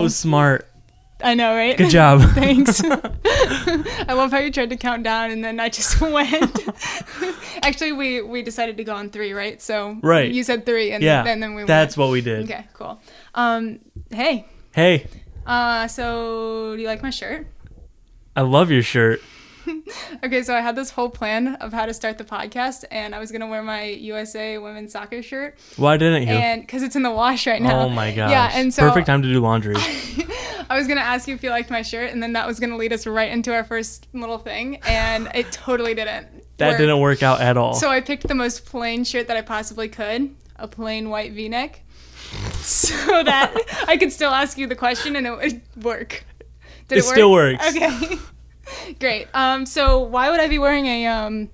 was smart. I know, right? Good job. Thanks. I love how you tried to count down and then I just went. Actually, we we decided to go on three, right? So Right. you said three, and yeah. then, then we that's went. what we did. okay, cool. Um, hey, Hey, uh, so do you like my shirt? I love your shirt. Okay, so I had this whole plan of how to start the podcast, and I was gonna wear my USA women's soccer shirt, Why didn't you? and because it's in the wash right now. oh my gosh. Yeah, and so perfect time to do laundry. I was gonna ask you if you liked my shirt, and then that was gonna lead us right into our first little thing, and it totally didn't. That work. didn't work out at all. So I picked the most plain shirt that I possibly could, a plain white V-neck, so that I could still ask you the question and it would work. Did It still works. Okay, great. Um, so why would I be wearing a um,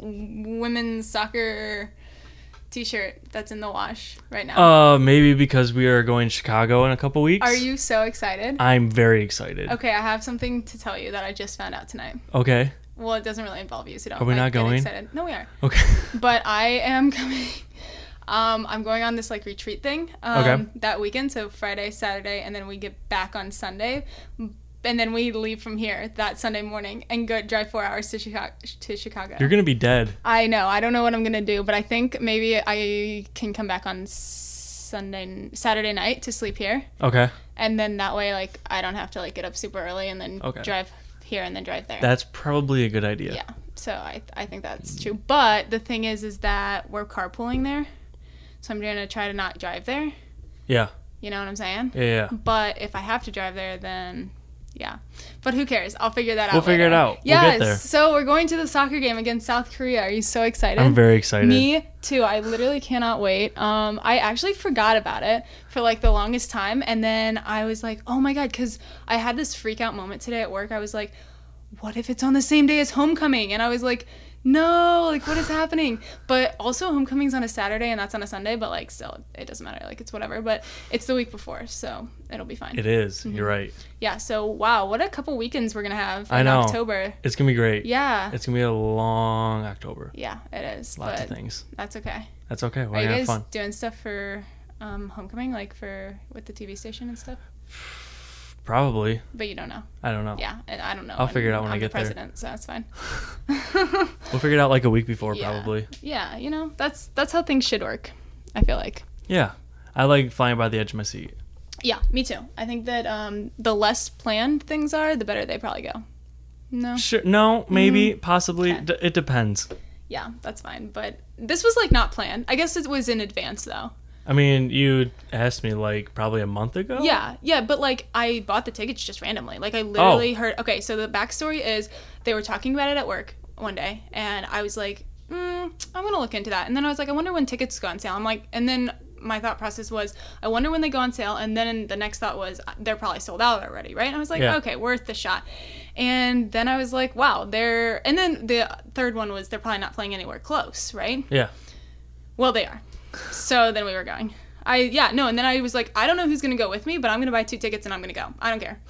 women's soccer t-shirt that's in the wash right now? uh, maybe because we are going to Chicago in a couple weeks. Are you so excited? I'm very excited. okay, I have something to tell you that I just found out tonight. Okay. Well, it doesn't really involve you, so don't. Are we like, not get going? Excited. No, we are. Okay. but I am coming. Um, I'm going on this like retreat thing um, Okay. that weekend, so Friday, Saturday, and then we get back on Sunday, and then we leave from here that Sunday morning and go drive four hours to Chicago. To Chicago. You're gonna be dead. I know. I don't know what I'm gonna do, but I think maybe I can come back on Sunday, Saturday night to sleep here, Okay. and then that way, like, I don't have to like get up super early and then Okay. drive here and then drive there. That's probably a good idea. Yeah. So I, I think that's true. But the thing is, is that we're carpooling there. So I'm going to try to not drive there. Yeah. You know what I'm saying? Yeah. yeah. But if I have to drive there, then yeah. But who cares? I'll figure that out. We'll figure it later. out. We'll Yes. get there. So we're going to the soccer game against South Korea. Are you so excited? I'm very excited. Me too. I literally cannot wait. Um, I actually forgot about it for like the longest time, and then I was like, "Oh my god!" Because I had this freak out moment today at work. I was like, "What if it's on the same day as homecoming?" And I was like, "No! Like, what is happening?" But also, homecoming's on a Saturday, and that's on a Sunday. But like, still, it doesn't matter. Like, it's whatever. But it's the week before, so it'll be fine. It is. Mm-hmm. You're right. Yeah. So wow, what a couple weekends we're gonna have in I know. October. It's gonna be great. Yeah. It's gonna be a long October. yeah, it is. Lots but of things. that's okay. That's okay. We're Are you gonna have guys fun. doing stuff for um, homecoming, like for with the TV station and stuff? Probably. But you don't know. I don't know. Yeah, and I don't know. I'll figure it out when I'm I get the there. president, so that's fine. We'll figure it out like a week before, Yeah. probably. yeah, you know that's that's how things should work. I feel like. Yeah. I like flying by the edge of my seat. Yeah, me too. I think that um, the less planned things are, the better they probably go. No. Sure. No. Maybe. Possibly. Mm. Mm-hmm. Okay. D- it depends. Yeah, that's fine. But this was like not planned. I guess it was in advance though. I mean, you asked me like probably a month ago. Oh. Yeah, yeah, but like I bought the tickets just randomly. Like I literally heard. Okay, so the backstory is they were talking about it at work one day, and I was like, mm, I'm gonna look into that. And then I was like, I wonder when tickets go on sale. I'm like, and then my thought process was, I wonder when they go on sale. And then the next thought was, "Uh, they're probably sold out already, right? And I was like, Yeah. okay, worth the shot. And then I was like, wow, they're. And then the third one was, they're probably not playing anywhere close, right? Yeah. Well, they are. So then we were going. I yeah no, and then I was like, I don't know who's gonna go with me, but I'm gonna buy two tickets and I'm gonna go. I don't care.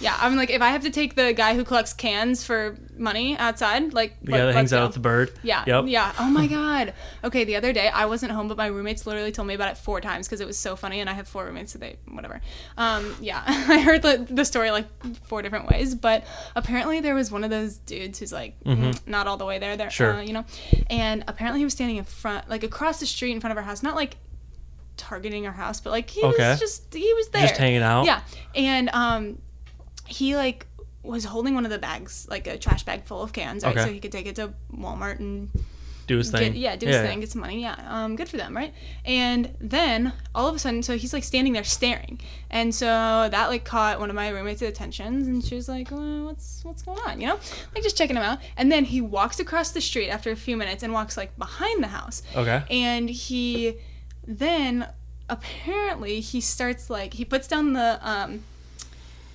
Yeah, I'm like, if I have to take the guy who collects cans for money outside, like The guy that hangs out with the bird. yeah, Yep. yeah. Oh my god. Okay, the other day I wasn't home, but my roommates literally told me about it four times because it was so funny, and I have four roommates, so they whatever. Um, yeah, I heard the, the story like four different ways, but apparently there was one of those dudes who's like "Mm, not all the way there, there, Mm-hmm. Sure. uh, you know, and apparently he was standing in front, like across the street in front of our house, not like targeting our house, but like he Okay. was just he was there, Just hanging out. yeah, and um, he like was holding one of the bags, like a trash bag full of cans, right? Okay. So he could take it to Walmart and Do his thing. get, yeah, do his thing, get some money. Yeah, um, good for them, right? And then all of a sudden, so he's like standing there staring, and so that like caught one of my roommates' attentions, and she was like, "Uh, "What's what's going on?" You know, like just checking him out. And then he walks across the street after a few minutes and walks like behind the house, Okay. and he then apparently he starts like he puts down the um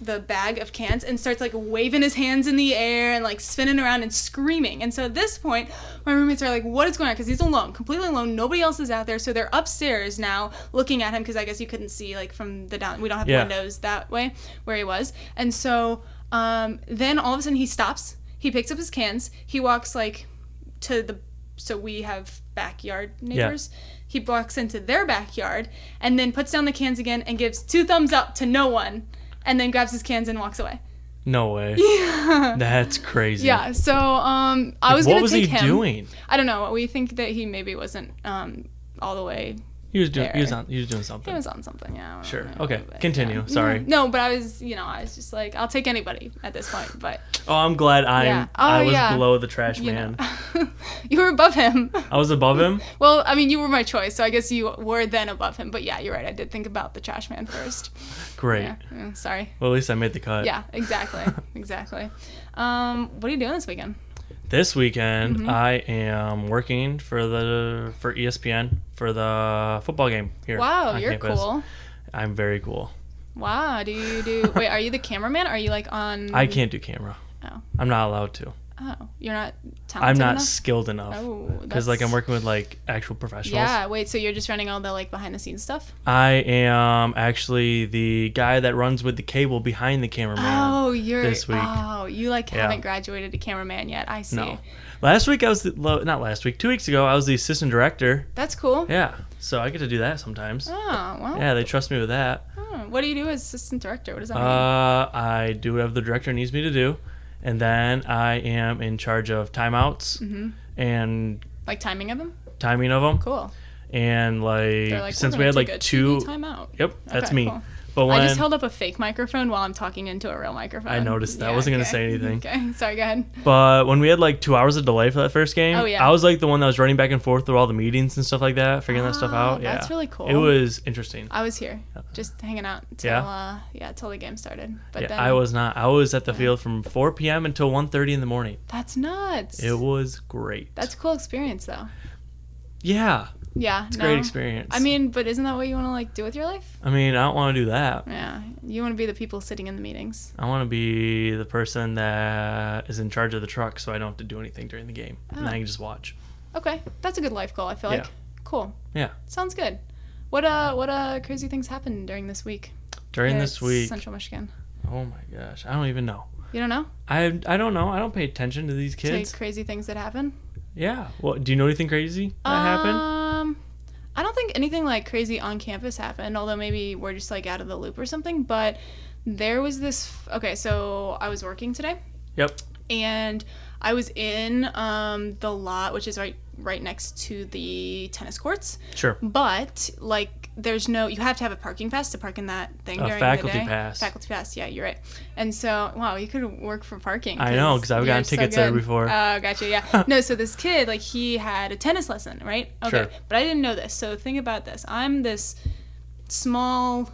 the bag of cans and starts like waving his hands in the air and like spinning around and screaming. And so at this point, my roommates are like, "What is going on?" Because he's alone, completely alone. Nobody else is out there, so they're upstairs now looking at him because I guess you couldn't see like from the down. We don't have Yeah. windows that way where he was. And so um, then all of a sudden he stops. He picks up his cans. He walks like to the so we have backyard neighbors. He walks into their backyard and then puts down the cans again and gives two thumbs up to no one and then grabs his cans and walks away. No way. Yeah. That's crazy. Yeah, so um, I was what gonna was take he him. doing? I don't know. We think that he maybe wasn't um, all the way. He was doing. He was There. on. He was doing He something. was on something. Yeah. I don't Sure. know, Okay. but, Continue. Sorry. No, but I was, you know, I was just like, I'll take anybody at this point. But oh, I'm glad I'm. Yeah. I Oh, was yeah. below the trash you man. know, you were above him. I was above him. Well, I mean, you were my choice, so I guess you were then above him. But yeah, you're right. I did think about the trash man first. Great. Yeah. Mm, Sorry. Well, at least I made the cut. Yeah. Exactly. exactly. Um, what are you doing this weekend? This weekend, Mm-hmm. I am working for the for E ESPN for the football game here. Wow, on you're campus. cool. I'm very cool. Wow. Do you do? Wait, are you the cameraman? Are you like on? I can't do camera. Oh. I'm not allowed to. Oh, you're not talented I'm not enough? skilled enough Oh, because like I'm that's- working with like actual professionals. Yeah, wait. So you're just running all the like behind the scenes stuff? I am actually the guy that runs with the cable behind the cameraman. oh, you're this week. Oh, you like Yeah. haven't graduated to cameraman yet. I see. No. Last week I was the, lo- not last week, 2 weeks ago I was the assistant director. That's cool. Yeah. So I get to do that sometimes. Oh well. Yeah, they trust me with that. Oh, What do you do as assistant director? What does that mean? Uh, I do whatever the director needs me to do, and then I am in charge of timeouts and Mm-hmm. like timing of them? timing of them. Cool. And like, They're like since "We're we had gonna like take a two, TV time out. yep, that's Okay, me. cool. But when I just held up a fake microphone while I'm talking into a real microphone. I noticed that. I wasn't gonna say anything. Okay, sorry. Go ahead. But when we had like two hours of delay for that first game, Oh, yeah. I was like the one that was running back and forth through all the meetings and stuff like that, figuring that stuff Oh, out. Yeah, that's really cool. It was interesting. I was here, just hanging out till Yeah? uh, yeah till the game started. But yeah, then I was not. I was at the field from 4 p.m. until 1:30 in the morning. That's nuts. It was great. That's a cool experience though. yeah, Yeah, it's a no. great experience. I mean, but isn't that what you want to like do with your life? I mean, I don't want to do that. Yeah, you want to be the people sitting in the meetings. I want to be the person that is in charge of the truck, so I don't have to do anything during the game, and Oh. I can just watch. Okay, that's a good life goal. I feel Yeah. like cool. Yeah. sounds good. What uh, what uh, crazy things happened during this week? During here this at week, Central Michigan. oh my gosh, I don't even know. You don't know I I don't know. I don't pay attention to these Say kids. crazy things that happen. Yeah. Well, do you know anything crazy that happened? Um, I don't think anything like crazy on campus happened, although maybe we're just like out of the loop or something. But there was this. Okay, so I was working today. Yep. And I was in um, the lot, which is right right next to the tennis courts. Sure. But like, there's no. You have to have a parking pass to park in that thing A during faculty the day. pass. Faculty pass. Yeah, you're right. And so, wow, you could work for parking. I know, 'cause I've gotten you're so tickets there good. before. Oh, gotcha. Yeah. no, so this kid, like, he had a tennis lesson, right? Okay. Sure. But I didn't know this. So think about this. I'm this small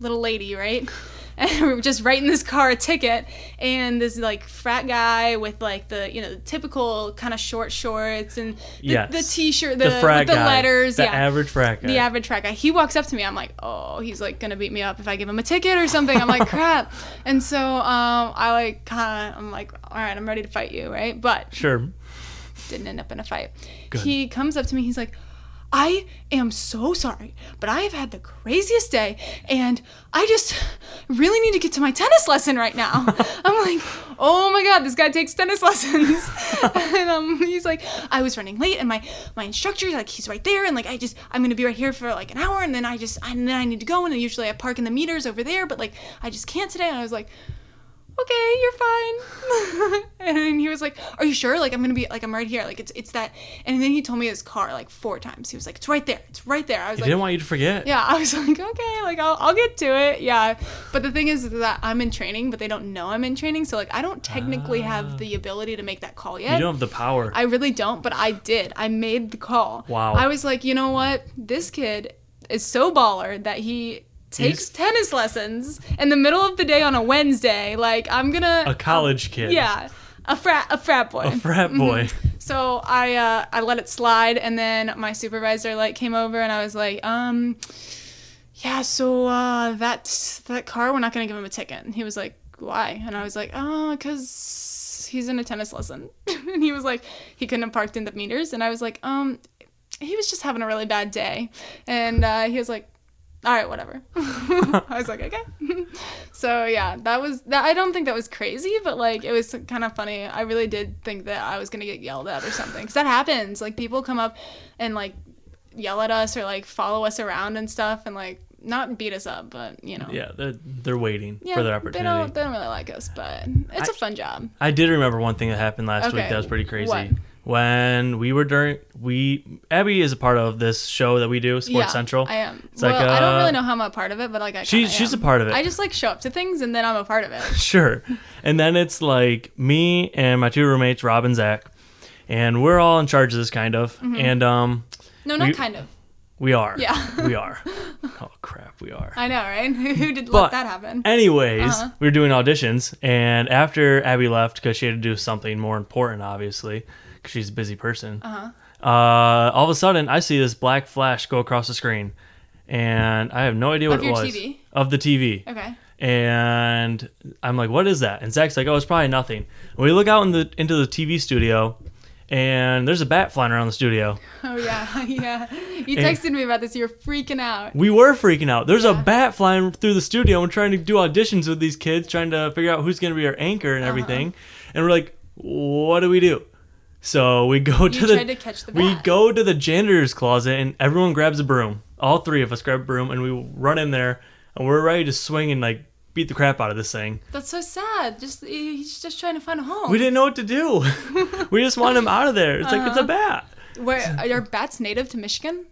little lady, right? And we were just writing this car a ticket, and this like frat guy with like the you know the typical kind of short shorts and the, Yes. the t-shirt, the, The, frat with the guy. letters, The yeah, average frat guy. the average frat guy. He walks up to me. I'm like, oh, he's like gonna beat me up if I give him a ticket or something. I'm like, crap. And so um, I like kind of I'm like, all right, I'm ready to fight you, right? But Sure. didn't end up in a fight. Good. He comes up to me, he's like, I am so sorry, but I have had the craziest day and I just really need to get to my tennis lesson right now. I'm like, oh my god, this guy takes tennis lessons. and um, he's like, I was running late and my my instructor like he's right there and like I just I'm gonna be right here for like an hour and then I just and then I need to go and usually I park in the meters over there, but like I just can't today. And I was like, okay, you're fine. and he was like, are you sure? Like, I'm gonna be like, I'm right here. Like, it's it's that. And then he told me his car like four times. He was like, it's right there. It's right there. I was I like, didn't want you to forget. yeah. I was like, okay, like I'll I'll get to it. Yeah. But the thing is that I'm in training, but they don't know I'm in training, so like I don't technically have the ability to make that call yet. Ah. You don't have the power. I really don't, but I did. I made the call. Wow. I was like, you know what? This kid is so baller that he takes He's- tennis lessons in the middle of the day on a Wednesday. Like, I'm gonna a college kid. Yeah. Mm-hmm. A frat a frat boy. A frat boy. So I uh, I let it slide, and then my supervisor like came over, and I was like, um, yeah, so uh, that that car, we're not gonna give him a ticket. And he was like, why? And I was like, oh, cause he's in a tennis lesson. and he was like, he couldn't have parked in the meters. And I was like, um, he was just having a really bad day. And uh, he was like. All right, whatever. I was like, okay. so yeah, that was that. I don't think that was crazy, but like it was kind of funny. I really did think that I was gonna get yelled at or something because that happens. Like people come up and like yell at us or like follow us around and stuff and like not beat us up, but you know. Yeah, they're, they're waiting Yeah, for their They don't, opportunity. they don't really like us, but it's a I- fun job. I did remember one thing that happened last Okay, week that was pretty crazy. what? When we were during we Abby is a part of this show that we do, Sports yeah, Central. I am. It's well, like, I don't uh, really know how I'm a part of it, but like I She- kinda she's am. a part of it. I just like show up to things and then I'm a part of it. sure. And then it's like me and my two roommates, Rob and Zach, and we're all in charge of this kind of. Mm-hmm. And um, No, not We- kind of. we are. Yeah. we are. Oh crap, we are. I know, right? Who did But- let that happen? Anyways, Uh-huh. we were doing auditions, and after Abby left because she had to do something more important, obviously, because she's a busy person. Uh-huh. all of a sudden, I see this black flash go across the screen, and I have no idea what Of it your was TV? of the TV. Okay. And I'm like, "What is that?" And Zach's like, "Oh, it's probably nothing." And we look out in the into the TV studio, and there's a bat flying around the studio. Oh yeah, yeah. You And- texted me about this. You're freaking out. We were freaking out. There's Yeah. a bat flying through the studio and trying to do auditions with these kids, trying to figure out who's going to be our anchor Uh-huh. and everything. And we're like, what do we do? So we go to the tried to catch the we bat. go to the janitor's closet and everyone grabs a broom. All three of us grab a broom and we run in there and we're ready to swing and like beat the crap out of this thing. That's so sad. Just he's just trying to find a home. We didn't know what to do. we just want him out of there. It's like it's a Uh-huh. bat. Where are bats native to Michigan?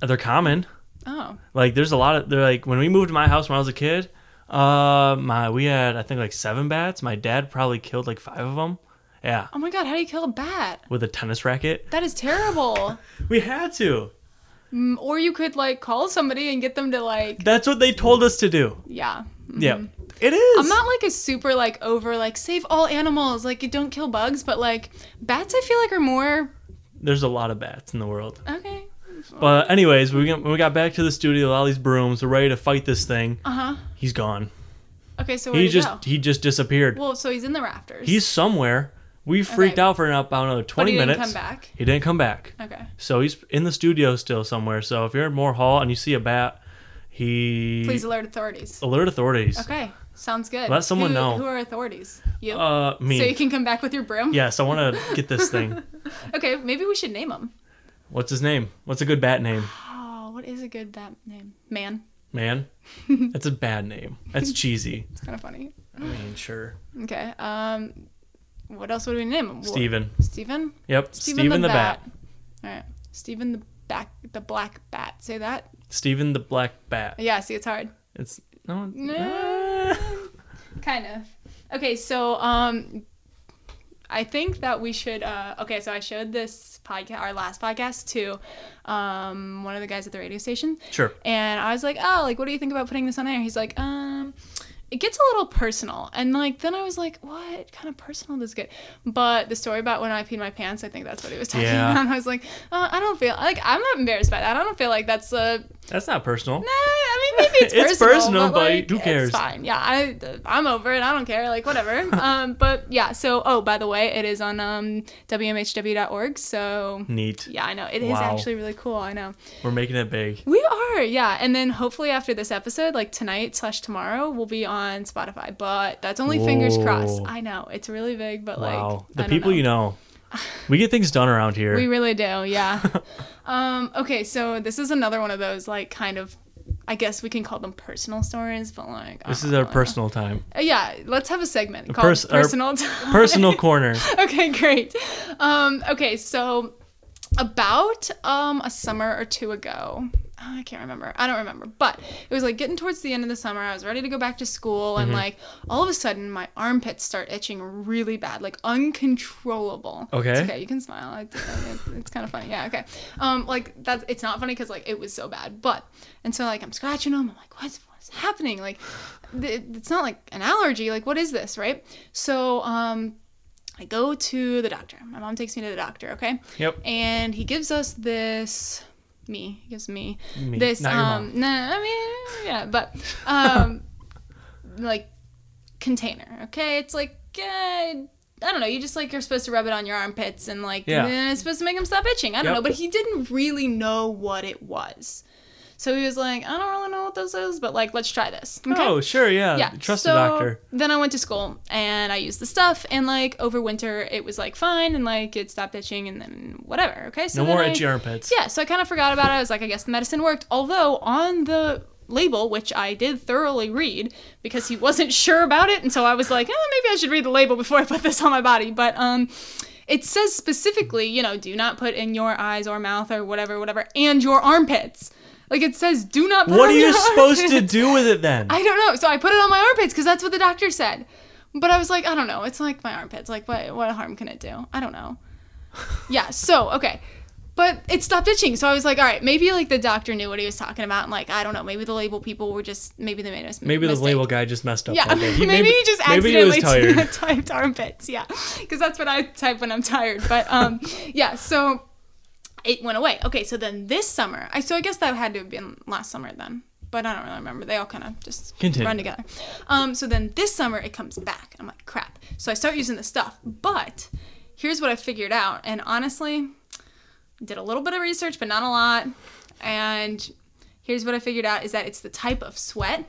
They're common. Oh, Like there's a lot of they're like when we moved to my house when I was a kid, uh, my we had I think like seven bats. My dad probably killed like five of them. Yeah, oh my God! How do you kill a bat? with a tennis racket. That is terrible. We had to. Mm, or you could like call somebody and get them to like That's what they told us to do. yeah. Yeah, it is. Mm-hmm. I'm not like a super like over like save all animals like you don't kill bugs, but like bats I feel like are more There's a lot of bats in the world. okay. But anyways, we got, when we got back to the studio, all these brooms, we're ready to fight this thing. Uh huh. He's gone. Okay, so where He did he just go? he just disappeared. Well, so he's in the rafters. He's somewhere. We freaked Okay. out for about another 20 he didn't minutes. come back? He didn't come back. okay. So he's in the studio still somewhere. So if you're in Moore Hall and you see a bat, he Please alert authorities. alert authorities. Okay, sounds good. Let someone Who- know. Who are authorities? You. Uh, me. so you can come back with your broom. yes, I want to get this thing. Okay, maybe we should name him. What's his name? What's a good bat name? Oh, what is a good bat name? Man. Man, that's a bad name. That's cheesy. It's kind of funny. I mean, sure. Okay. Um, what else would we name him? Wha- Steven. Steven. Yep. Steven, the, bat. All right. Steven the back the black bat. Say that. Steven the black bat. Yeah. See, it's hard. It's no. uh, No. kind of. Okay, so um, I think that we should. Uh, okay, so I showed this podcast, our last podcast, to um, one of the guys at the radio station, Sure. and I was like, "Oh, like, what do you think about putting this on air?" He's like, "Um." It gets a little personal, and like then I was like, "What kind of personal does it get?" But the story about when I peed my pants, I think that's what he was talking Yeah. about. And I was like, uh, "I don't feel like I'm not embarrassed by that. I don't feel like that's a That's not personal. Nah, I mean maybe it's personal. It's personal, but like, who cares? It's fine. Yeah, I I'm over it. I don't care. Like whatever. um, but yeah. So oh, by the way, it is on um wmhw.org. So Neat. yeah, I know it is Hmm. Wow. actually really cool. I know We're making it big. we are. Yeah, and then hopefully after this episode, like tonight slash tomorrow, we'll be on Spotify. But that's only fingers crossed. Whoa. I know it's really big, but like wow. The I don't people know. you know. We get things done around here. We really do, yeah. um, okay, so this is another one of those like kind of, I guess we can call them personal stories, but like I this don't is our know. personal time. Uh, Yeah, let's have a segment called pers- our personal. Time. Personal corner. okay, great. Um, okay, so about um, a summer or two ago, ah, I can't remember. I don't remember, but it was like getting towards the end of the summer. I was ready to go back to school, and like all of a sudden, my armpits start itching really bad, like uncontrollable. Okay. It's okay, you can smile. I- I- It's kind of funny. Yeah, okay. Um, like that's it's not funny because like it was so bad, but and so like I'm scratching them. I'm like, what's what's happening? Like, th- it's not like an allergy. Like, what is this, right? So um, I go to the doctor. My mom takes me to the doctor, okay? Yep. And he gives us this me. He gives me, Me, this not your um no, I mean yeah, but um like container, okay? It's like uh, I don't know, you just like you're supposed to rub it on your armpits and like Yeah. eh, it's supposed to make them stop itching. I don't Yep. know, but he didn't really know what it was. So he was like, I don't really know what this is, but like, let's try this. Oh, sure, yeah. yeah. Trust the so doctor. Then I went to school and I used the stuff, and like over winter it was like fine, and like it stopped itching, and then whatever. Okay, so No then more I, itchy armpits. Yeah, so I kind of forgot about it. I was like, I guess the medicine worked. Although on the label, which I did thoroughly read because he wasn't sure about it, and so I was like, oh, maybe I should read the label before I put this on my body. But um, it says specifically, you know, do not put in your eyes or mouth or whatever, whatever, and your armpits. Like it says, do not. put What on are you your supposed to armpits. do with it then? I don't know. So I put it on my armpits because that's what the doctor said. But I was like, I don't know. It's like my armpits. Like, what what harm can it do? I don't know. yeah. So okay. But it stopped itching. So I was like, all right, maybe like the doctor knew what he was talking about. And like, I don't know. Maybe the label people were just, maybe they made us. maybe the label guy just messed up. Yeah, one day. maybe, he just accidentally Maybe he was tired. typed armpits. Yeah, because that's what I type when I'm tired. But um, yeah, so it went away. Okay, so then this summer, I so I guess that had to have been last summer then, but I don't really remember. They all kind of just Continue. run together. Um, so then this summer it comes back. I'm like crap. So I start using the stuff, but here's what I figured out. And honestly, did a little bit of research, but not a lot. And here's what I figured out is that it's the type of sweat.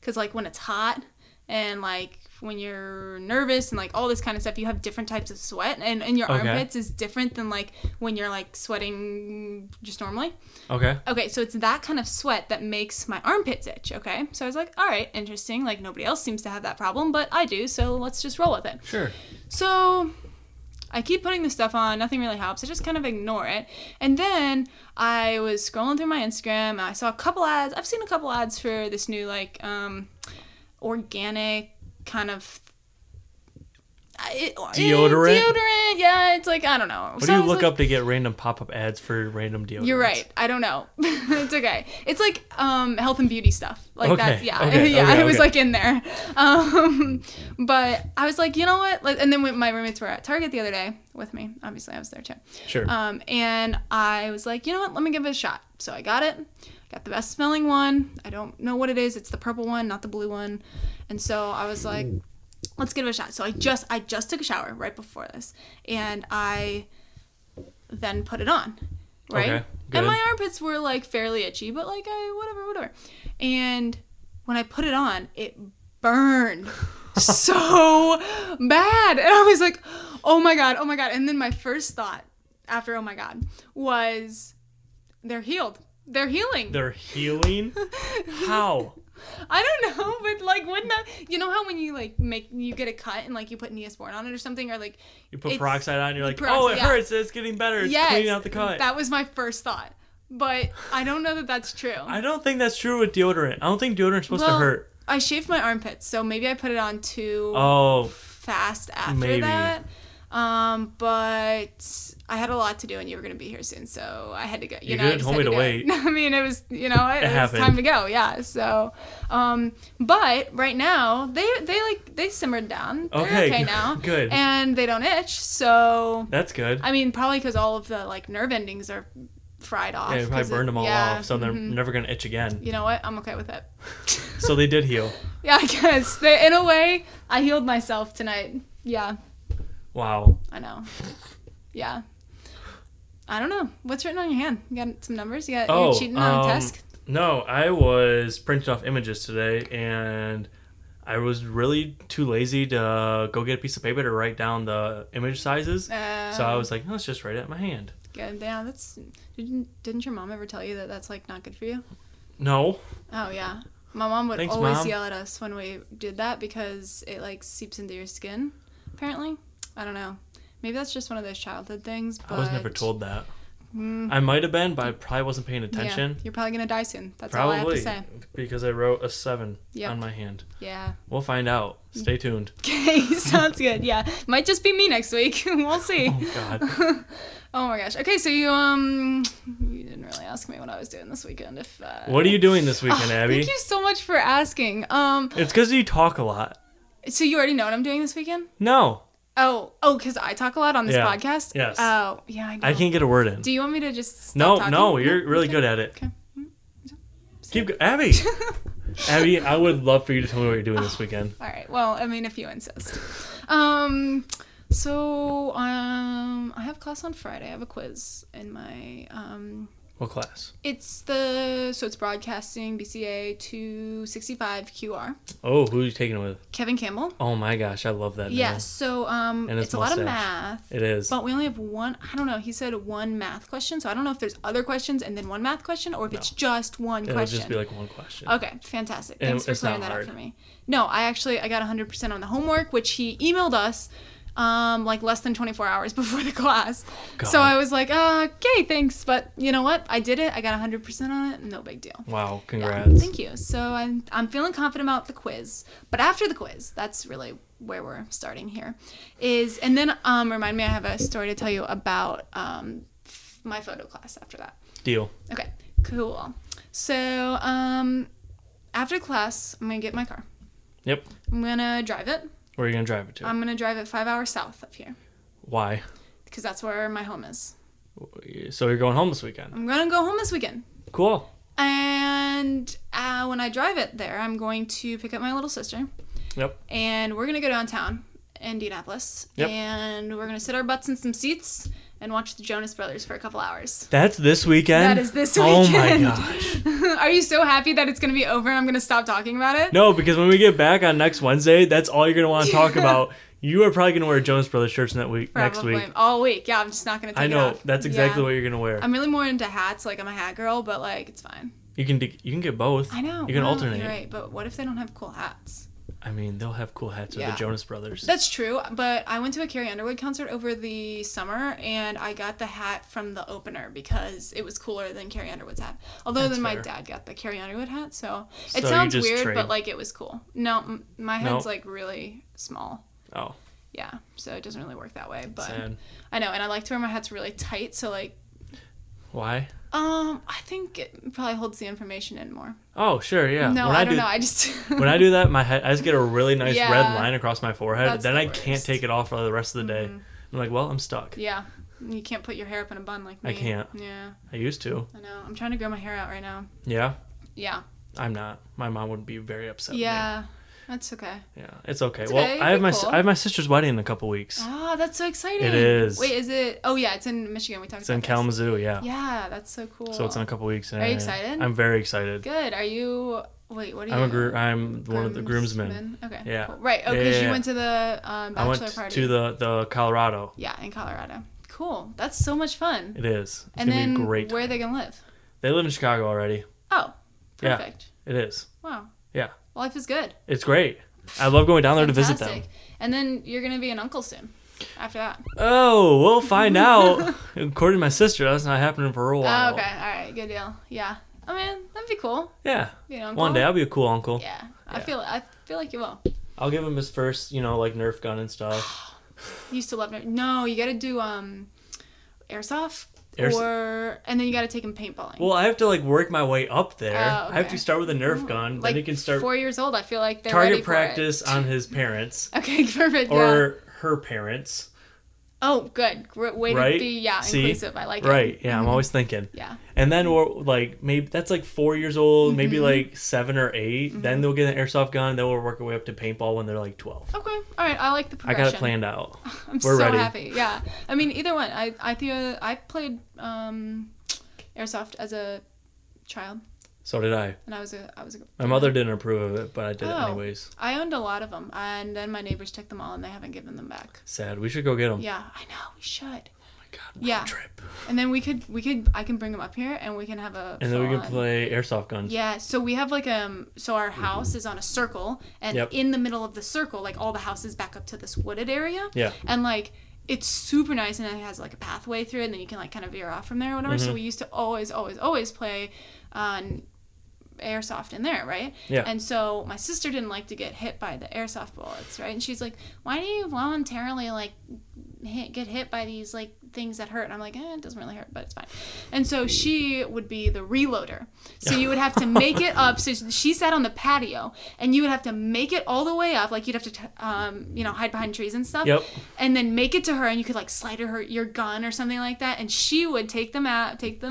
Because, like, when it's hot and, like, when you're nervous and, like, all this kind of stuff, you have different types of sweat. And, and your Okay. armpits is different than, like, when you're, like, sweating just normally. okay. Okay, so it's that kind of sweat that makes my armpits itch, okay? So I was like, all right, interesting. Like, nobody else seems to have that problem, but I do, so let's just roll with it. Sure. So I keep putting this stuff on, nothing really helps. I just kind of ignore it. And then I was scrolling through my Instagram and I saw a couple ads. I've seen a couple ads for this new like um organic kind of I- it- Deodorant? Deodorant, yeah, it's like I don't know. What do you look up to get random pop up ads for random deodorants? You're right. I don't know. it's okay. It's like um, health and beauty stuff. Like Okay, that's yeah, okay, yeah. okay, it was okay. like in there. Um, but I was like, you know what? Like, and then when my roommates were at Target the other day with me. Obviously, I was there too. Sure. Um, and I was like, you know what? Let me give it a shot. So I got it. Got the best smelling one. I don't know what it is. It's the purple one, not the blue one. And so I was like, let's give it a shot. So I just I just took a shower right before this, and I then put it on. Right. Okay, good. and my armpits were like fairly itchy, but like I whatever, whatever. And when I put it on, it burned so bad. And I was like, oh my God, oh my God. And then my first thought after oh my God was they're healed. They're healing. They're healing? How? I don't know, but like wouldn't that you know how when you like make you get a cut and like you put Neosporin on it or something or like You put It's- peroxide on, you're like, peroxide, oh, it yeah. hurts. It's getting better. It's yes, cleaning out the cut. That was my first thought. But I don't know that that's true. I don't think that's true with deodorant. I don't think deodorant's supposed Well, to hurt. I shaved my armpits, so maybe I put it on too Oh, fast after Maybe. that. Um, but I had a lot to do, and you were gonna be here soon, so I had to go. You, You know, I didn't just tell had me to, to do it. I mean, it was you know it, was happened. time to go. Yeah. So, um, but right now they they like they simmered down. They're Okay, okay. now. good. And they don't itch. So that's good. I mean, probably because all of the like nerve endings are fried off. yeah, you 'cause probably it- burned them all yeah, off, so they're mhm. never going to itch again. You know what? I'm okay with it. So they did heal. yeah, I guess they, in a way I healed myself tonight. Yeah. Wow. I know. Yeah. I don't know. What's written on your hand? You got some numbers? You got Oh, you're cheating on um, a test? No, I was printing off images today, and I was really too lazy to go get a piece of paper to write down the image sizes. Uh, so I was like, let's just write it in my hand. good. Yeah, that's. Didn't, didn't your mom ever tell you that that's like not good for you? No. Oh yeah. My mom would Thanks, always Mom. yell at us when we did that because it like seeps into your skin. Apparently, I don't know. Maybe that's just one of those childhood things. But, I was never told that. Mm, I might have been, but I probably wasn't paying yeah, attention. you're probably gonna die soon. That's all I have Probably Um, to say. because I wrote a seven Yep. Mm. on my hand. Yeah. We'll find out. Stay tuned. Okay, sounds good. Yeah, might just be me next week. we'll see. Oh God. oh my gosh. Okay, so you um, you didn't really ask me what I was doing this weekend. If uh, What are you doing this Oh, weekend, Abby? Thank you so much for asking. Um, It's because you talk a lot. so you already know what I'm doing this weekend? No, Oh, oh, because I talk a lot on this Yeah. podcast. Yes. Oh, yeah, I know. I can't get a word in. Do you want me to just? Stop No, talking? no, you're really okay. good at it. Okay. Keep, go- Abby. Abby, I would love for you to tell me what you're doing this weekend. All right. Well, I mean, if you insist. Um, so um, I have class on Friday. I have a quiz in my um, What class? It's the so it's broadcasting BCA 265 QR. Oh, who are you taking it with? Kevin Campbell. Oh my gosh, I love that. name. Yes. So um, And it's, his a lot of mustache. math. It is. But we only have one. I don't know. He said one math question, so I don't know if there's other questions and then one math question, or if it's just one It'll question. just be like one question. okay, fantastic. And Thanks for it's not clearing that hard. up for me. No, I actually I got 100% on the homework, which he emailed us, um, like less than 24 hours before the class. so God. I was like, uh, okay, thanks, but you know what? I did it. I got 100% on it. No big deal. Wow, Yeah, congrats. thank you. So I'm I'm feeling confident about the quiz, but after the quiz, that's really where we're starting here. Is and then um, remind me, I have a story to tell you about um, f- my photo class after that. Deal. Okay, cool. So um, after class, I'm gonna get my car. Yep. I'm gonna drive it. Where are you gonna drive it to? I'm gonna drive it five hours south of here Why? because that's where my home is. So you're going home this weekend. I'm gonna go home this weekend. Cool. And uh, when I drive it there, I'm going to pick up my little sister. Yep. and we're gonna go downtown Indianapolis, Yep. and we're gonna sit our butts in some seats and watch the Jonas Brothers for a couple hours. That's this weekend. That is this Oh my weekend. gosh. Are you so happy that it's gonna be over and I'm gonna stop talking about it? No, because when we get back on next Wednesday, that's all you're gonna want to talk about. You are probably gonna wear Jonas Brothers shirts that week next Probably week. all week. Yeah, I'm just not gonna. Take I It know off. that's exactly Yeah. what you're gonna wear. I'm really more into hats. Like I'm a hat girl, but like it's fine. you can dig- you can get both. I know. You can wow, alternate. You're right, but what if they don't have cool hats? I mean, they'll have cool hats with Yeah. the Jonas Brothers. That's true. But I went to a Carrie Underwood concert over the summer, and I got the hat from the opener because it was cooler than Carrie Underwood's hat. Although That's then my fair. dad got the Carrie Underwood hat, so it So you sounds just weird, trade. but like it was cool. No, m- my No. head's like really small. Oh, Yeah, so it doesn't really work that way. But sad. I know, and I like to wear my hats really tight, so like, Why? um, I think it probably holds the information in more. Oh, sure, yeah. no, when I, I, don't do know. I just when I do that, my head I just get a really nice Yeah. red line across my forehead. That's then the I can't worst. Mm-hmm. take it off for the rest of the day. I'm like, well, I'm stuck. yeah, you can't put your hair up in a bun like me. I can't. Yeah, I used to. I know. I'm trying to grow my hair out right now. Yeah, Yeah. I'm not. My mom would be very upset. with me. Yeah, that's okay. yeah, it's okay. It's well, okay, I have be my cool. I have my sister's wedding in a couple weeks. Ah, that's so exciting. is. Wait, is it? Oh yeah, it's in Michigan. We talked It's about in this. Kalamazoo, yeah. Yeah, that's so cool. So it's in a couple weeks. Are you yeah. excited? I'm very excited. Good. Are you? Wait, what are you? I'm a gr- I'm one of the groomsmen. Okay. Yeah. cool. Right. Oh, Yeah, because yeah, you yeah. went to the um, bachelor I went party. to the the Colorado. yeah, in Colorado. Cool. That's so much fun. It is. It's and gonna then be great. where are they gonna live? They live in Chicago already. Oh, Yeah. perfect. It is. Wow. Yeah. Life is good. It's great. I love going down there to visit them. Fantastic. And then you're gonna be an uncle soon. After that. Oh, we'll find out. According to my sister, that's not happening for a while. Oh, okay. All right. Good deal. Yeah. I mean, that'd be cool. Yeah. Be an uncle. One day I'll be a cool uncle. Yeah, I Yeah. feel I feel like you will. I'll give him his first, you know, like Nerf gun and stuff. You used to love it. No, you got to do um, airsoft, Airs- or and then you got to take him paintballing. Well, I have to like work my way up there. Oh, I have okay. to start with a Nerf gun, like then he can start four years old. I feel like they're ready target for practice on his parents It. Okay, perfect. yeah. or her parents. Oh, good. Gr- Way Right? to be yeah See? inclusive. I like it. Right. Yeah, I'm always thinking. Mm-hmm. Yeah. And then we're like maybe that's like four years old, Mm-hmm. maybe like seven or 8 Then they'll get an airsoft gun. Then we'll work our way up to paintball when they're like twelve. Okay. All right. I like the I progression. got it planned out. I'm We're so ready. happy. Yeah. I mean, either one. I I think uh, I played um, airsoft as a child, So did I. and I was a I was a My mother didn't approve of it, but I did it Oh. anyways. I owned a lot of them, and then my neighbors took them all, and they haven't given them back. Sad. We should go get them. Yeah, I know we should. Oh my god. road Yeah. Trip. And then we could, we could, I can bring them up here, and we can have a. And then we can full-on- play airsoft guns. Mm-hmm. Yeah, so we have like um, so our house is on a circle, and Yep. in the middle of the circle, like all the houses back up to this wooded area. Yeah. And like. It's super nice, and it has like a pathway through, it, and then you can like kind of veer off from there or whatever. Mm-hmm. So we used to always, always, always play on airsoft in there, right? Yeah. And so my sister didn't like to get hit by the airsoft bullets, right? And she's like, "Why do you voluntarily like hit, get hit by these like things that hurt?" And I'm like, eh, "It doesn't really hurt, but it's fine." And so she would be the reloader. So you would have to make it up. So she sat on the patio, and you would have to make it all the way up. Like you'd have to, t- um, you know, hide behind trees and stuff. Yep. And then make it to her, and you could like slide her your gun or something like that, and she would take them out, take the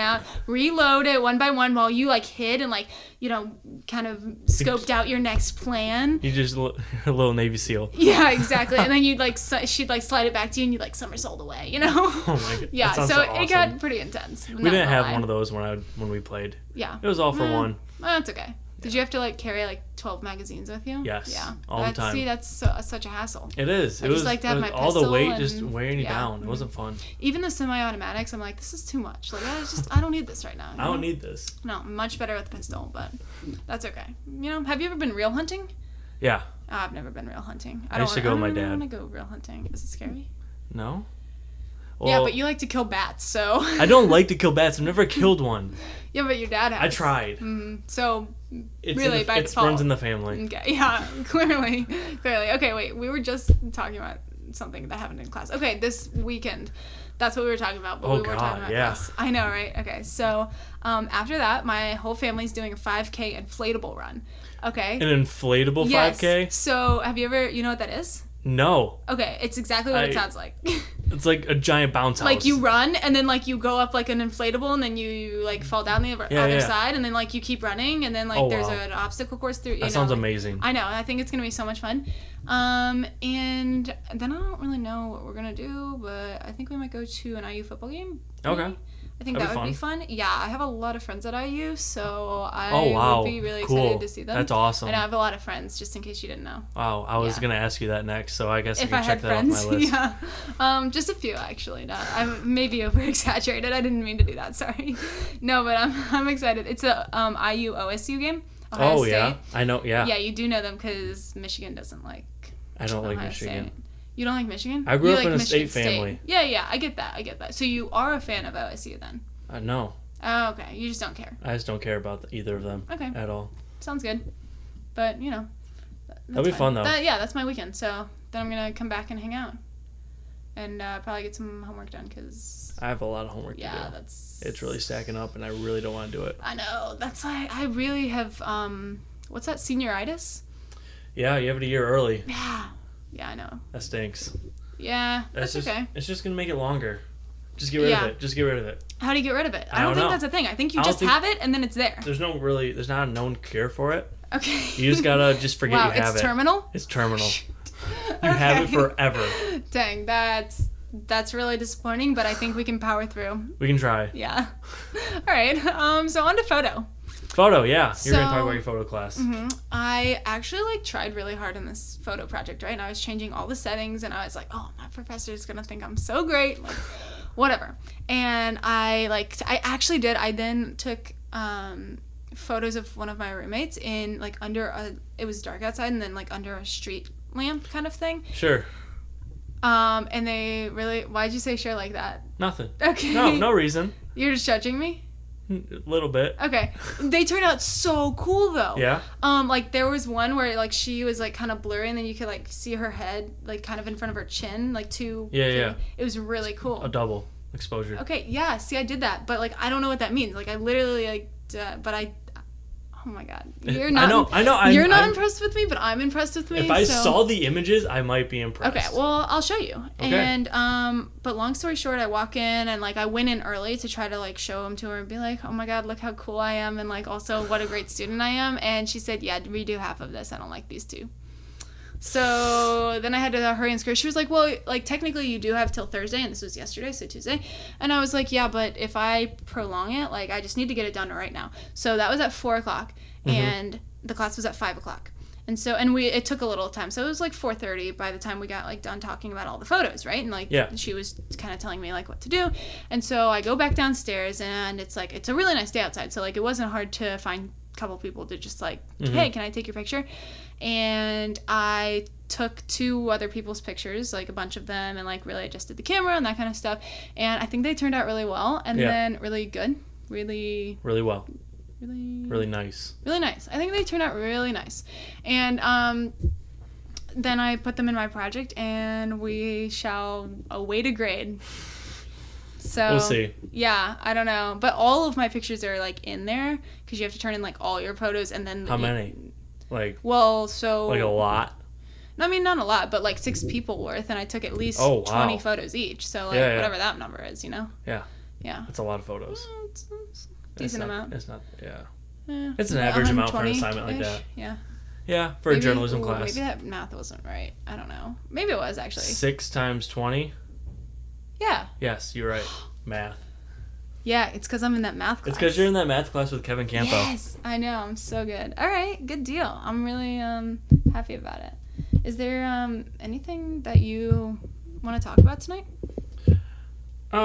out, reload it one by one while you like hid and like you know kind of scoped out your next plan. You just li- a little Navy SEAL. Yeah, exactly. And then you'd like, su- she'd like slide it back to you, and you'd like somersault away. You you know? Oh my god. yeah, that sounds so it awesome. got pretty intense. We didn't have one of those when I when we played. Yeah. It was all for Mm. one. Well, that's okay. Did you have to like carry like twelve magazines with you? Yes, Yeah. all the that's, time. See, that's so, such a hassle. It is. I it just was like to have it my was all the pistol weight just and- wearing you yeah. down. It wasn't fun. Even the semi-automatics, I'm like, this is too much. Like, I just, I don't need this right now. I don't need this. No, I'm much better with pistol, but that's okay. You know, have you ever been real hunting? Yeah. Ah, I've never been real hunting. I don't used to wanna- go with my I dad. don't want to go real hunting. Is it scary? No. yeah, Well, but you like to kill bats, so. I don't like to kill bats. I've never killed one. yeah, but your dad has. I tried. Mm, so It's in Really, Mm. the, by it default. runs in the family. Okay, yeah, clearly, clearly. Okay, wait, we were just talking about something that happened in class. Okay, this weekend, that's what we were talking about, but Oh, we God, weren't talking about yeah. class. I know, right? Okay, so um, after that, my whole family's doing a 5K inflatable run. Okay. An inflatable Yes. 5K? So, have you ever, you know what that is? No. Okay, it's exactly what I- it sounds like. It's like a giant bounce house. like you run and then like you go up like an inflatable and then you, you like fall down the other Yeah, yeah. side and then like you keep running and then like Oh, there's wow. an obstacle course through. You That know, sounds like- amazing. I know. I think it's gonna be so much fun. Um, and then I don't really know what we're gonna do, but I think we might go to an IU football game. maybe? Okay. I think That'd that be would be fun. Yeah, I have a lot of friends at IU, so I oh wow. would be really cool. excited to see them. That's awesome. And I have a lot of friends, just in case you didn't know. wow. I was yeah. gonna ask you that next, so I guess if I I can check had that friends, off my list. yeah, um, just a few actually. Not, I'm maybe over exaggerated. I didn't mean to do that. Sorry. No, but I'm I'm excited. It's a um, IU OSU game. Ohio oh State. yeah. I know. Yeah. Yeah, you do know them because Michigan doesn't like. I don't like Ohio Michigan. State. You don't like Michigan? I grew You up like in a state Michigan family. Yeah, yeah, I get that. I get that. So you are a fan of OSU then? Uh, no, Oh, okay. You just don't care. I just don't care about the, either of them Okay. at all. Sounds good. But, you know. th- That'll that's be fine. fun, though. That- yeah, that's my weekend. So then I'm going to come back and hang out. And uh, probably get some homework done because, I have a lot of homework yeah, to do. that's. It's really stacking up, and I really don't want to do it. I know. That's why I really have. um What's that? Senioritis? Yeah, you have it a year early. Yeah. Yeah, I know. That stinks. Yeah, that's, just, okay. It's just gonna make it longer. Just get rid Yeah. of it. Just get rid of it. How do you get rid of it? I I don't, don't think know. that's a thing. I think you I don't just think- have it and then it's there. There's no really. There's not a known cure for it. Okay. You just gotta just forget wow, you have it's it. terminal. it's terminal. You have it Okay. forever. Dang, that's that's really disappointing, but I think we can power through. We can try. Yeah. All right. Um. So on to photo. Photo, yeah. You're gonna talk So- about your photo class. Mhm. I actually like tried really hard in this photo project, right? And I was changing all the settings, and I was like, "Oh, my professor's gonna think I'm so great." Like, whatever. And I like I actually did. I then took um, photos of one of my roommates in like under a it was dark outside, and then like under a street lamp kind of thing. Sure. Um, and they really why'd you say sure like that? Nothing. Okay. No, no reason. You're just judging me. A little bit. Okay. They turned out so cool though. Yeah. Um, like there was one where like she was like kind of blurry, and then you could like see her head like kind of in front of her chin, like two. Yeah, yeah. It was really cool. A double exposure. Okay, yeah. See, I did that, but like I don't know what that means. Like I literally like, uh, but I. Oh my god, you're not. I know. I know. I'm, you're not I'm- impressed with me, but I'm impressed with me. If I so. saw the images, I might be impressed. Okay, well, I'll show you. Okay. And um but long story short, I walk in and like I went in early to try to like show him to her and be like, "Oh my god, look how cool I am and like also what a great student I am." And she said, "Yeah, redo half of this. I don't like these two. So then I had to hurry and scurry. She was like, "Well, like technically you do have till Thursday, and this was yesterday, so Tuesday." And I was like, "Yeah, but if I prolong it, like I just need to get it done right now." So that was at four o'clock, Mm-hmm. and the class was at five o'clock. And so, and we it took a little time. So it was like four thirty by the time we got like done talking about all the photos, right? And like, Yeah. she was kind of telling me like what to do. And so I go back downstairs, and it's like it's a really nice day outside. So like it wasn't hard to find a couple people to just like, Mm-hmm. hey, can I take your picture? And I took two other people's pictures, like a bunch of them, and like really adjusted the camera and that kind of stuff. And I think they turned out really well, and Yeah. then really good, really, Really well. Mm-hmm. really, Really nice. really nice. I think they turned out really nice. And um, then I put them in my project, and we shall await a grade. So We'll see. Yeah, I don't know, but all of my pictures are like in there because you have to turn in like all your photos, and then How many? Like, Well, so like a lot. I mean, not a lot, but like six people worth, and I took at least Oh, wow. twenty photos each. So like Yeah, yeah. whatever that number is, you know. Yeah. Yeah. That's a lot of photos. Mm, it's- it's a It's Decent not- amount. It's not. Yeah. Yeah, it's an like average amount for an 120 assignment like that. -ish. Yeah. Yeah. For a Maybe- journalism ooh, class. Maybe that math wasn't right. I don't know. Maybe it was actually. Six times twenty. Yeah. Yes, you're right. Math. Yeah, it's because I'm in that math class. It's because you're in that math class with Kevin Campo. Yes, I know. I'm so good. All right, good deal. I'm really um, happy about it. Is there um, anything that you want to talk about tonight? Uh,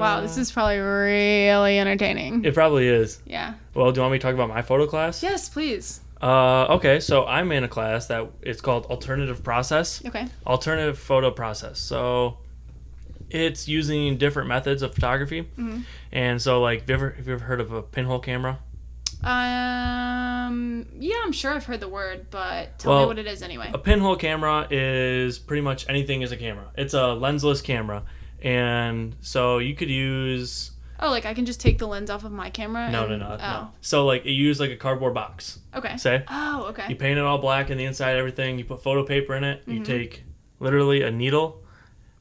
Wow, this is probably really entertaining. It probably is. yeah. Well, do you want me to talk about my photo class? Yes, please. Uh, okay, so I'm in a class that it's called Alternative Process, Okay. Alternative Photo Process. So it's using different methods of photography. Mhm. And so, like, have you, ever, have you ever heard of a pinhole camera? Um. Yeah, I'm sure I've heard the word, but tell me Well, what it is anyway. A pinhole camera is pretty much anything is a camera. It's a lensless camera. And so you could use. Oh, like I can just take the lens off of my camera. No, no, and- no, Oh. no. So, like, you use, like, a cardboard box, Okay. say. Oh, You okay. paint it all black and the inside, everything. You put photo paper in it. You Mhm. take literally a needle.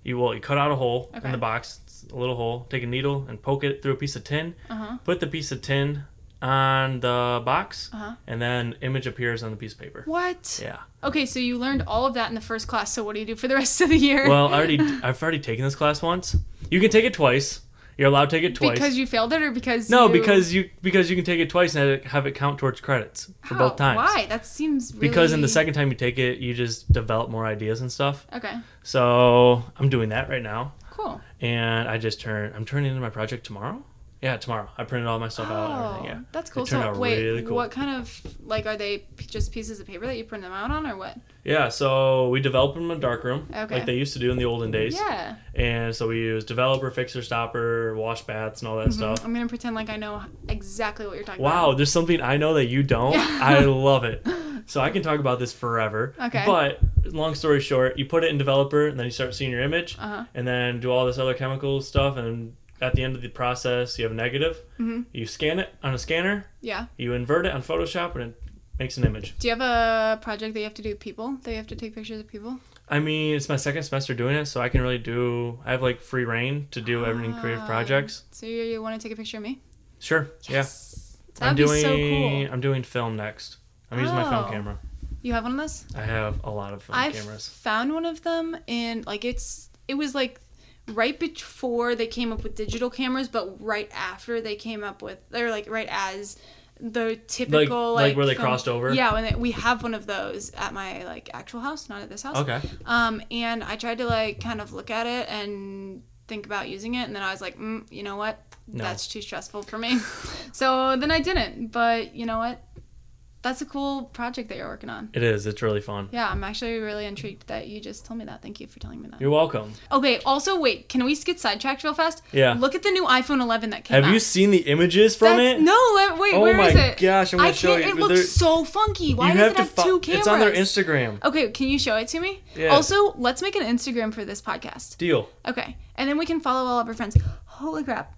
You will you cut out a hole Okay. in the box, it's a little hole. Take a needle and poke it through a piece of tin. Uh huh. Put the piece of tin on the box, Uh huh. and then image appears on the piece of paper. What? Yeah. Okay, so you learned all of that in the first class. So what do you do for the rest of the year? Well, I already I've already taken this class once. You can take it twice. You're allowed to take it twice. Because you failed it, or because no, you- because you because you can take it twice and have it, have it count towards credits for How? both times. Why? That seems really... Because in the second time you take it, you just develop more ideas and stuff. Okay, So I'm doing that right now, cool. and I just turn. I'm turning in my project tomorrow. Yeah, tomorrow. I printed all my stuff out. And Oh, everything. Yeah, that's cool. It turned So out wait, really cool. what kind of like are they p- just pieces of paper that you print them out on, or what? yeah. So we develop them in a darkroom, Okay. like they used to do in the olden days. Yeah, Mm-hmm. And so we use developer, fixer, stopper, wash baths, and all that Mhm. stuff. I'm gonna pretend like I know exactly what you're talking Wow, about. there's something I know that you don't. I love it. So I can talk about this forever. Okay. But long story short, you put it in developer, and then you start seeing your image, Uh huh. and then do all this other chemical stuff, and at the end of the process, you have a negative. hmm You scan it on a scanner. Yeah. You invert it on Photoshop and it makes an image. Do you have a project that you have to do people? That you have to take pictures of people? I mean, it's my second semester doing it, so I can really do. I have like free reign to do everything creative Ah. projects. So you, you want to take a picture of me? Sure. Yes. Yeah. That I'm would be doing. so cool. I'm doing film next. I'm using my Oh. film camera. You have one of those? I have a lot of film I've cameras. found one of them, and like it's it was like right before they came up with digital cameras, but right after they came up with they're like right as the typical like, like where they film- crossed over? Yeah, when they, we have one of those at my like actual house, not at this house. Okay. Um, and I tried to like kind of look at it and think about using it, and then I was like, mm, you know what, No. that's too stressful for me. so then I didn't. But you know what, that's a cool project that you're working on. It is. It's really fun. Yeah, I'm actually really intrigued that you just told me that. Thank you for telling me that. You're welcome. Okay, also, wait, can we get sidetracked real fast? Yeah. Look at the new iPhone 11 that came Have out. you seen the images from That's- it? No, let- wait, Oh where is my it? gosh, I'm gonna I show can't- you, It but there- looks so funky. Why you does have it to have fo- two cameras? It's on their Instagram. Okay, can you show it to me? Yeah. Also, let's make an Instagram for this podcast. Deal. Okay, and then we can follow all of our friends. Holy crap.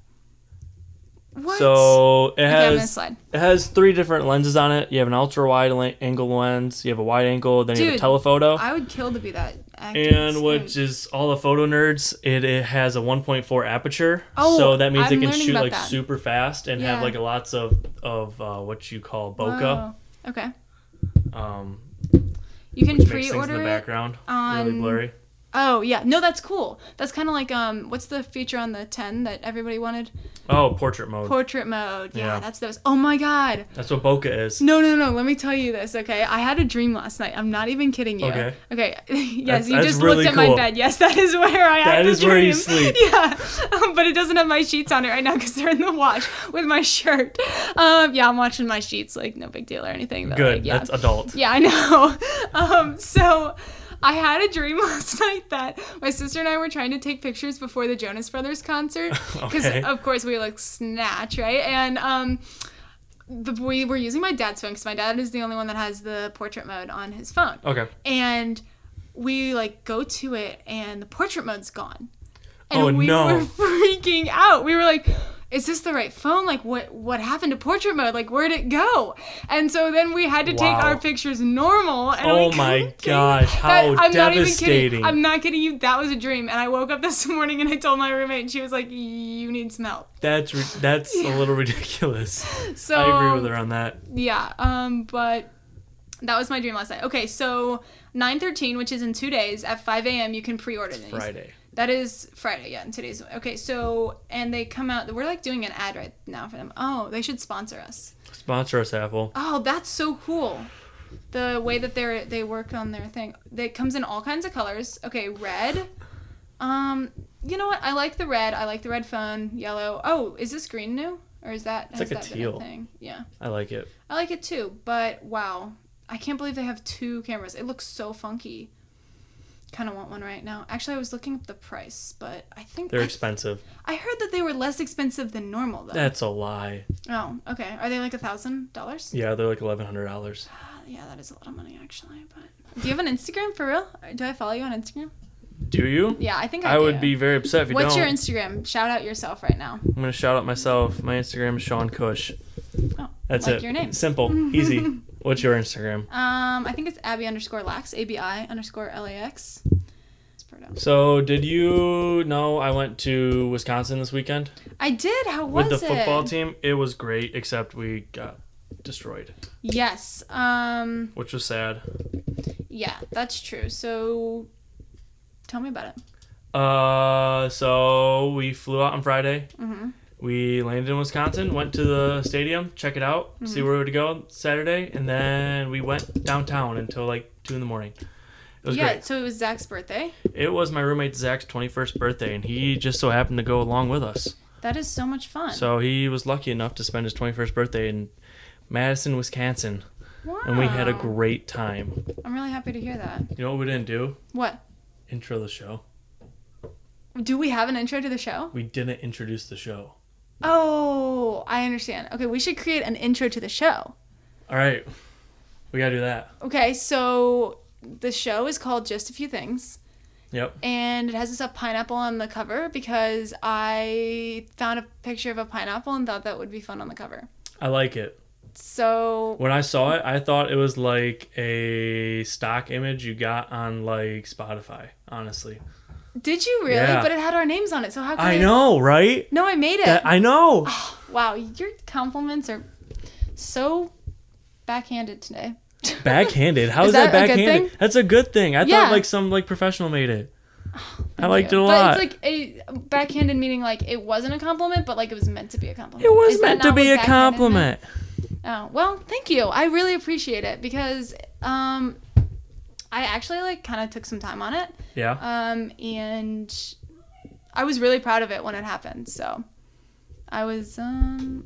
What? So it okay, I'm gonna has slide. it has three different lenses on it. You have an ultra wide le- angle lens. You have a wide angle. Then you have Dude, a telephoto. I would kill to be that actor. and which is all the photo nerds, it, it has a 1.4 aperture, Oh, so that means I'm it can learning shoot about like that. super fast and Yeah. have like lots of of uh, what you call bokeh, Whoa. Okay. um, You can which makes things in the pre-order it background really on- blurry. Oh yeah, no, that's cool. That's kind of like um, what's the feature on the ten that everybody wanted? Oh, portrait mode. Portrait mode. Yeah, Yeah. that's those. Oh my god. That's what bokeh is. No, no, no. Let me tell you this, okay? I had a dream last night. I'm not even kidding you. Okay. Okay. That's- yes, you that's just really looked at my cool. bed. Yes, that is where I That had the is where you dream. sleep. Yeah, Um, but it doesn't have my sheets on it right now because they're in the wash with my shirt. Um, yeah, I'm watching my sheets. Like no big deal or anything. But Good. Like, yeah. That's adult. Yeah, I know. Um, so I had a dream last night that my sister and I were trying to take pictures before the Jonas Brothers concert because, Okay. of course, we like snatch, right? And um, the, we were using my dad's phone because my dad is the only one that has the portrait mode on his phone. Okay. And we like go to it, and the portrait mode's gone. And Oh, we no. were freaking out. We were like, is this the right phone? Like what what happened to portrait mode? Like where'd it go? And so then we had to take Wow. our pictures normal. And Oh we my couldn't take- gosh, how Not even kidding. devastating. I'm not kidding you. That was a dream. And I woke up this morning and I told my roommate, and she was like, "You need some help." That's ri- that's a little ridiculous. So I agree with her on that. Yeah. Um. But That was my dream last night. Okay, so 9:13, which is in two days, at 5 a.m. you can pre-order these. Friday. That is Friday, yeah. And today's okay. So and they come out. We're like doing an ad right now for them. Oh, they should sponsor us. Sponsor us, Apple. Oh, that's so cool. The way that they're they work on their thing. It comes in all kinds of colors. Okay, red. Um, you know what? I like the red. I like the red phone. Yellow. Oh, is this green new or is that It's has like a that been teal. thing? Yeah, I like it. I like it too. But wow, I can't believe they have two cameras. It looks so funky. Kind of want one right now. Actually, I was looking up the price, but I think They're I, expensive. I heard that they were less expensive than normal though. That's a lie. oh, okay. Are they like a thousand dollars? Uh, Yeah, they're like eleven hundred dollars. Yeah, that is a lot of money actually. But do you have an Instagram for real? Do I follow you on Instagram? Do you? Yeah, I think I, I do. would be very upset if you What's don't. your Instagram? Shout out yourself right now. I'm gonna shout out myself. My Instagram is Sean Cush. Oh, That's like it. your name. Simple, easy. What's your Instagram? Um, I think it's Abby underscore lax, A B I underscore L A X. It's pronounced- So, did you know I went to Wisconsin this weekend I did. How was with the it? football team? It was great, except we got destroyed, Yes. Um. which was sad. Yeah, that's true. So, tell me about it. Uh, so we flew out on Friday. Mhm. We landed in Wisconsin, went to the stadium, check it out, Mm-hmm. see where we would go Saturday, and then we went downtown until like two in the morning. It was yeah. great. So it was Zach's birthday. It was my roommate Zach's 21st birthday, and he just so happened to go along with us. That is so much fun. So he was lucky enough to spend his 21st birthday in Madison, Wisconsin, wow. and we had a great time. I'm really happy to hear that. You know what we didn't do? What? Intro the show. Do we have an intro to the show? We didn't introduce the show. Oh, I understand. Okay, we should create an intro to the show. All right, we gotta do that. Okay, so the show is called Just a Few Things. Yep. and it has this a pineapple on the cover because I found a picture of a pineapple and thought that would be fun on the cover. I like it. So When I saw it, I thought it was like a stock image you got on like Spotify, honestly. did you really? Yeah. But it had our names on it, so how could I know, right? No, I made it. That- I know. wow, your compliments are so backhanded today. Backhanded. How is, Is that, that a good backhanded? thing? That's a good thing. I Yeah. Oh, thought like some like professional made it. I liked it a lot. But it's like a backhanded meaning like it wasn't a compliment, but like it was meant to be a compliment. it was Is that meant to not be what a backhanded meant? compliment. Oh, well, thank you. I really appreciate it because um I actually like kind of took some time on it. Yeah. Um and I was really proud of it when it happened. So I was um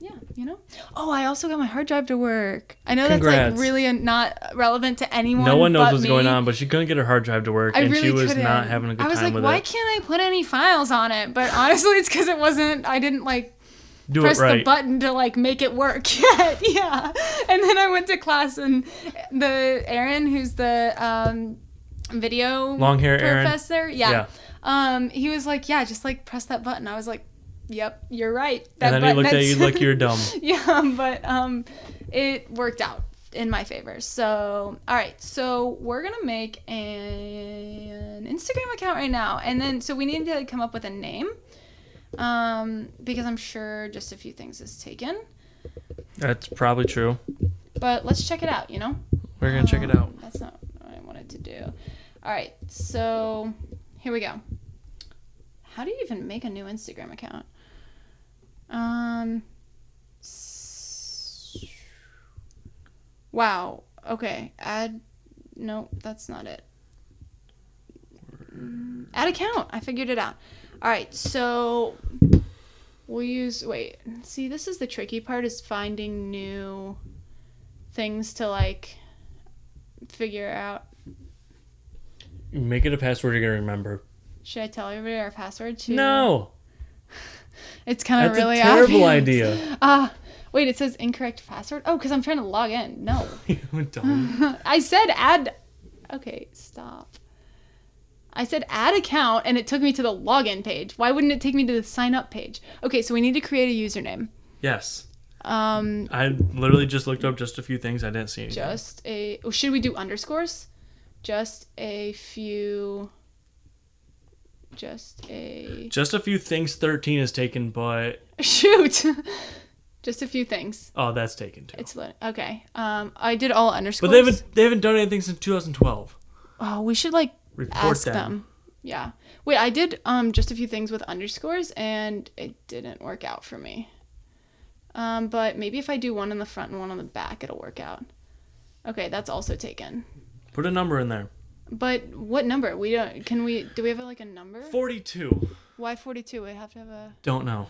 yeah, you know. Oh, I also got my hard drive to work. I know that's Congrats. like really not relevant to anyone. no one knows but what's me. going on, but she couldn't get her hard drive to work, I and really she was couldn't. not having a good I was time like, with why it. can't I put any files on it? But honestly, it's because it wasn't. I didn't like Do it press the right. button to like make it work yet. yeah. And then I went to class and the Aaron, who's the um, video Long hair Aaron. professor, yeah. Yeah. Um, he was like, yeah, just like press that button. I was like, yep, you're right. That and then he looked at button- you like you're dumb. yeah, but um, it worked out in my favor. So, all right, so we're gonna make an Instagram account right now, and then so we need to come up with a name, um, because I'm sure just a few things is taken. That's probably true. But let's check it out. You know, We're gonna check it out. Um, That's not what I wanted to do. All right, so here we go. How do you even make a new Instagram account? Um. s- Wow. Okay. Add. No, that's not it. Mm, Add account. I figured it out. All right. So we'll use. Wait. See, this is the tricky part: is finding new things to like figure out. Make it a password you're gonna remember. Should I tell everybody our password too? No, It's kind of that's Oh, really a terrible obvious. idea. Ah, wait, it says incorrect password. Oh, because I'm trying to log in. No, You dumb. I said add. Okay, stop. I said add account, and it took me to the login page. Why wouldn't it take me to the sign up page? Okay, so we need to create a username. Yes, Um, I literally just looked up just a few things. I didn't see anything. just a. Oh, should we do underscores? Just a few. Just a. Just a few things. Thirteen is taken, but Shoot. Just a few things. Oh, that's taken too. It's li- okay. Um, I did all But underscores. they haven't they haven't done anything since 2012. Oh, we should like Report ask them. them. Yeah. Wait, I did um just a few things with underscores and it didn't work out for me. Um, but maybe if I do one in the front and one on the back, it'll work out. Okay, that's also taken. Put a number in there. But what number? We don't. Can we? Do we have like a number? 42. Why forty-two? We have to have a. Don't know.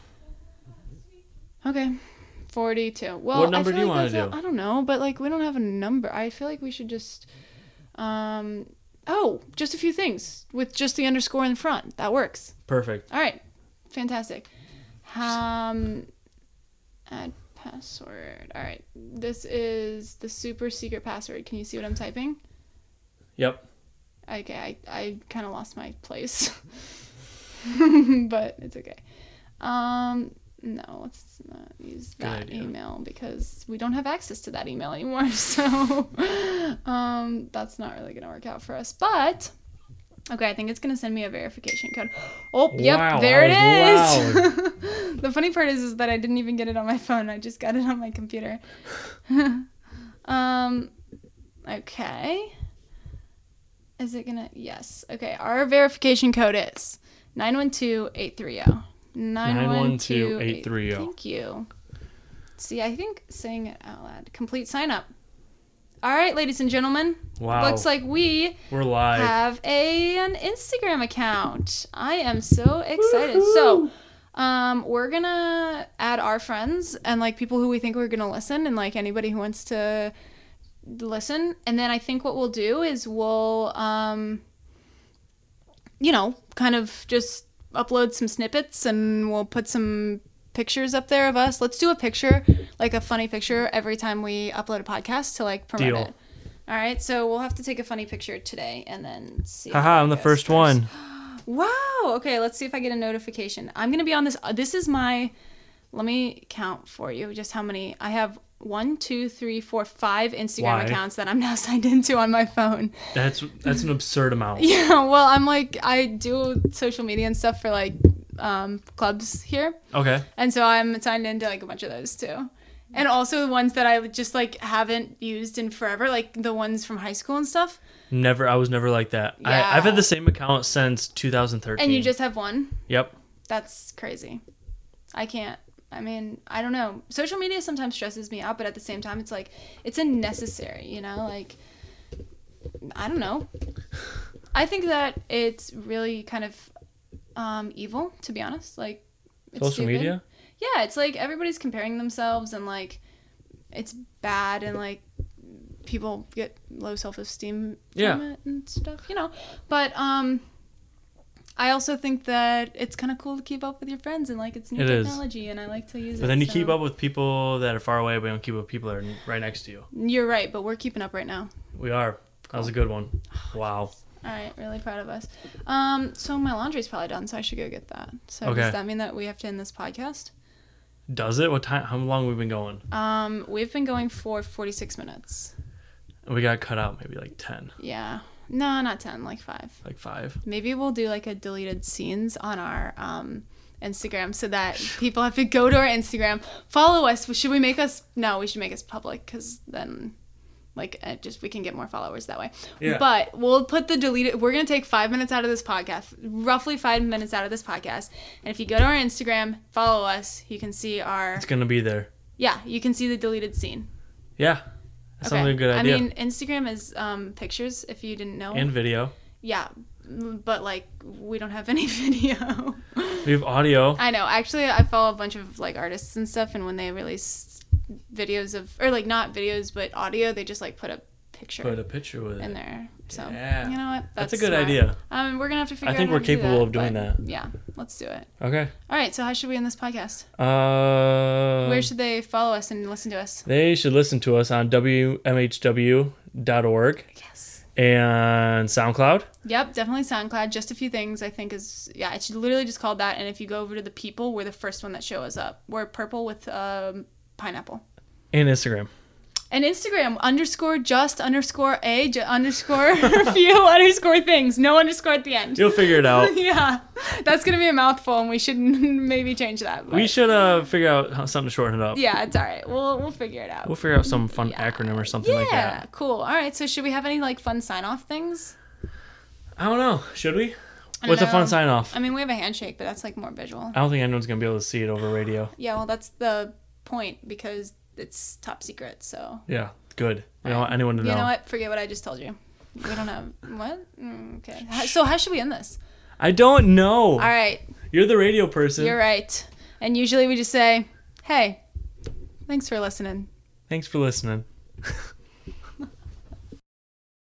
Okay, forty-two. Well, What number I do feel you like wanna that's do? A, I don't know, but like we don't have a number. I feel like we should just. Um. Oh, just a few things with just the underscore in front. That works. Perfect. All right, fantastic. Um, add password. All right, this is the super secret password. Can you see what I'm typing? Yep. Okay, I, I kind of lost my place, but it's okay. Um, no, let's not use that idea. email because we don't have access to that email anymore. So, um, that's not really gonna work out for us. But okay, I think it's gonna send me a verification code. Oh, Wow, yep, there it that was is. the funny part is, is that I didn't even get it on my phone. I just got it on my computer. um, okay. Is it gonna? Yes. Okay. Our verification code is 912830. 912830. oh. Thank you. See, I think saying it out loud. Complete sign up. All right, ladies and gentlemen. Wow. Looks like we We're live. have a, an Instagram account. I am so excited. So, um, we're gonna add our friends and like people who we think are gonna listen and like anybody who wants to listen. And then I think what we'll do is we'll, um, you know, kind of just upload some snippets and we'll put some pictures up there of us. Let's do a picture, like a funny picture, every time we upload a podcast to like promote Deal. it. All right, so we'll have to take a funny picture today and then see. Haha, how I'm it the goes first, one. Wow. Okay, let's see if I get a notification. I'm gonna be on this. uh, This is my. Let me count for you just how many I have. One, two, three, four, five Instagram Why? accounts that I'm now signed into on my phone. That's that's an absurd amount. Yeah, well, I'm like I do social media and stuff for like um, clubs here, Okay. and so I'm signed into like a bunch of those too, and also the ones that I just like haven't used in forever, like the ones from high school and stuff. Never. I was never like that. Yeah. I, I've had the same account since 2013. And you just have one. Yep. That's crazy. I can't. I mean, I don't know. Social media sometimes stresses me out, but at the same time, it's like it's unnecessary, you know? Like, I don't know. I think that it's really kind of um, evil, to be honest. Like, it's Social stupid. media. Yeah, it's like everybody's comparing themselves, and like, it's bad, and like, people get low self esteem from Yeah. it and stuff, you know. But um, I also think that it's kind of cool to keep up with your friends and like it's new It is. technology, and I like to use it. But then you so- keep up with people that are far away, but you don't keep up with people that are right next to you. You're right, but we're keeping up right now. We are. That was a good one. Wow. All right, really proud of us. Um, so my laundry's probably done, so I should go get that. So Okay. does that mean that we have to end this podcast? Does it? What time? How long have we been going? Um, we've been going for 46 minutes. We got cut out maybe like 10, Yeah. No, not 10, like 5. like 5. Maybe we'll do like a deleted scenes on our um, Instagram so that people have to go to our Instagram, follow us. Should we make us? No, we should make us public because then, like, uh, just we can get more followers that way. Yeah. But we'll put the deleted. We're gonna take five minutes out of this podcast, roughly five minutes out of this podcast, and if you go to our Instagram, follow us, you can see our It's going to be there. yeah, you can see the deleted scene. Yeah. That sounds like a good idea. I mean, Instagram is um, pictures. If you didn't know, and video. yeah, m- but like we don't have any video. We have audio. I know. Actually, I follow a bunch of like artists and stuff, and when they release videos of or like not videos but audio, they just like put a picture Put a picture with in it. there. So Yeah. you know what? That's a good smart. idea. Um, we're gonna have to figure. out think how we're to do capable of doing but that. Yeah, let's do it. Okay. All right. So how should we end this podcast? Uh, Where should they follow us and listen to us? they should listen to us on WMHW.org Yes. and SoundCloud. Yep, definitely SoundCloud. Just a few things I think is yeah, it's literally just called that. And if you go over to the people, we're the first one that shows up. We're purple with um, pineapple. and Instagram. and Instagram underscore just underscore a ju- underscore few underscore things. No underscore at the end. You'll figure it out. yeah, that's gonna be a mouthful, and we should maybe change that. but- We should uh figure out how, something to shorten it up. Yeah, it's all right. We'll we'll figure it out. We'll figure out some fun Yeah. acronym or something yeah, like that. cool. All right. So should we have any like fun sign off things? I don't know. Should we? don't What's a know. fun sign off? I mean, we have a handshake, but that's like more visual. I don't think anyone's gonna be able to see it over radio. Yeah, well, that's the point because it's top secret. So Yeah, good. We don't want anyone to you know. know what? Forget what I just told you. We don't have what? Mm, okay. How- So how should we end this? I don't know. All right, You're the radio person. you're right. And usually we just say, "Hey, thanks for listening." Thanks for listening.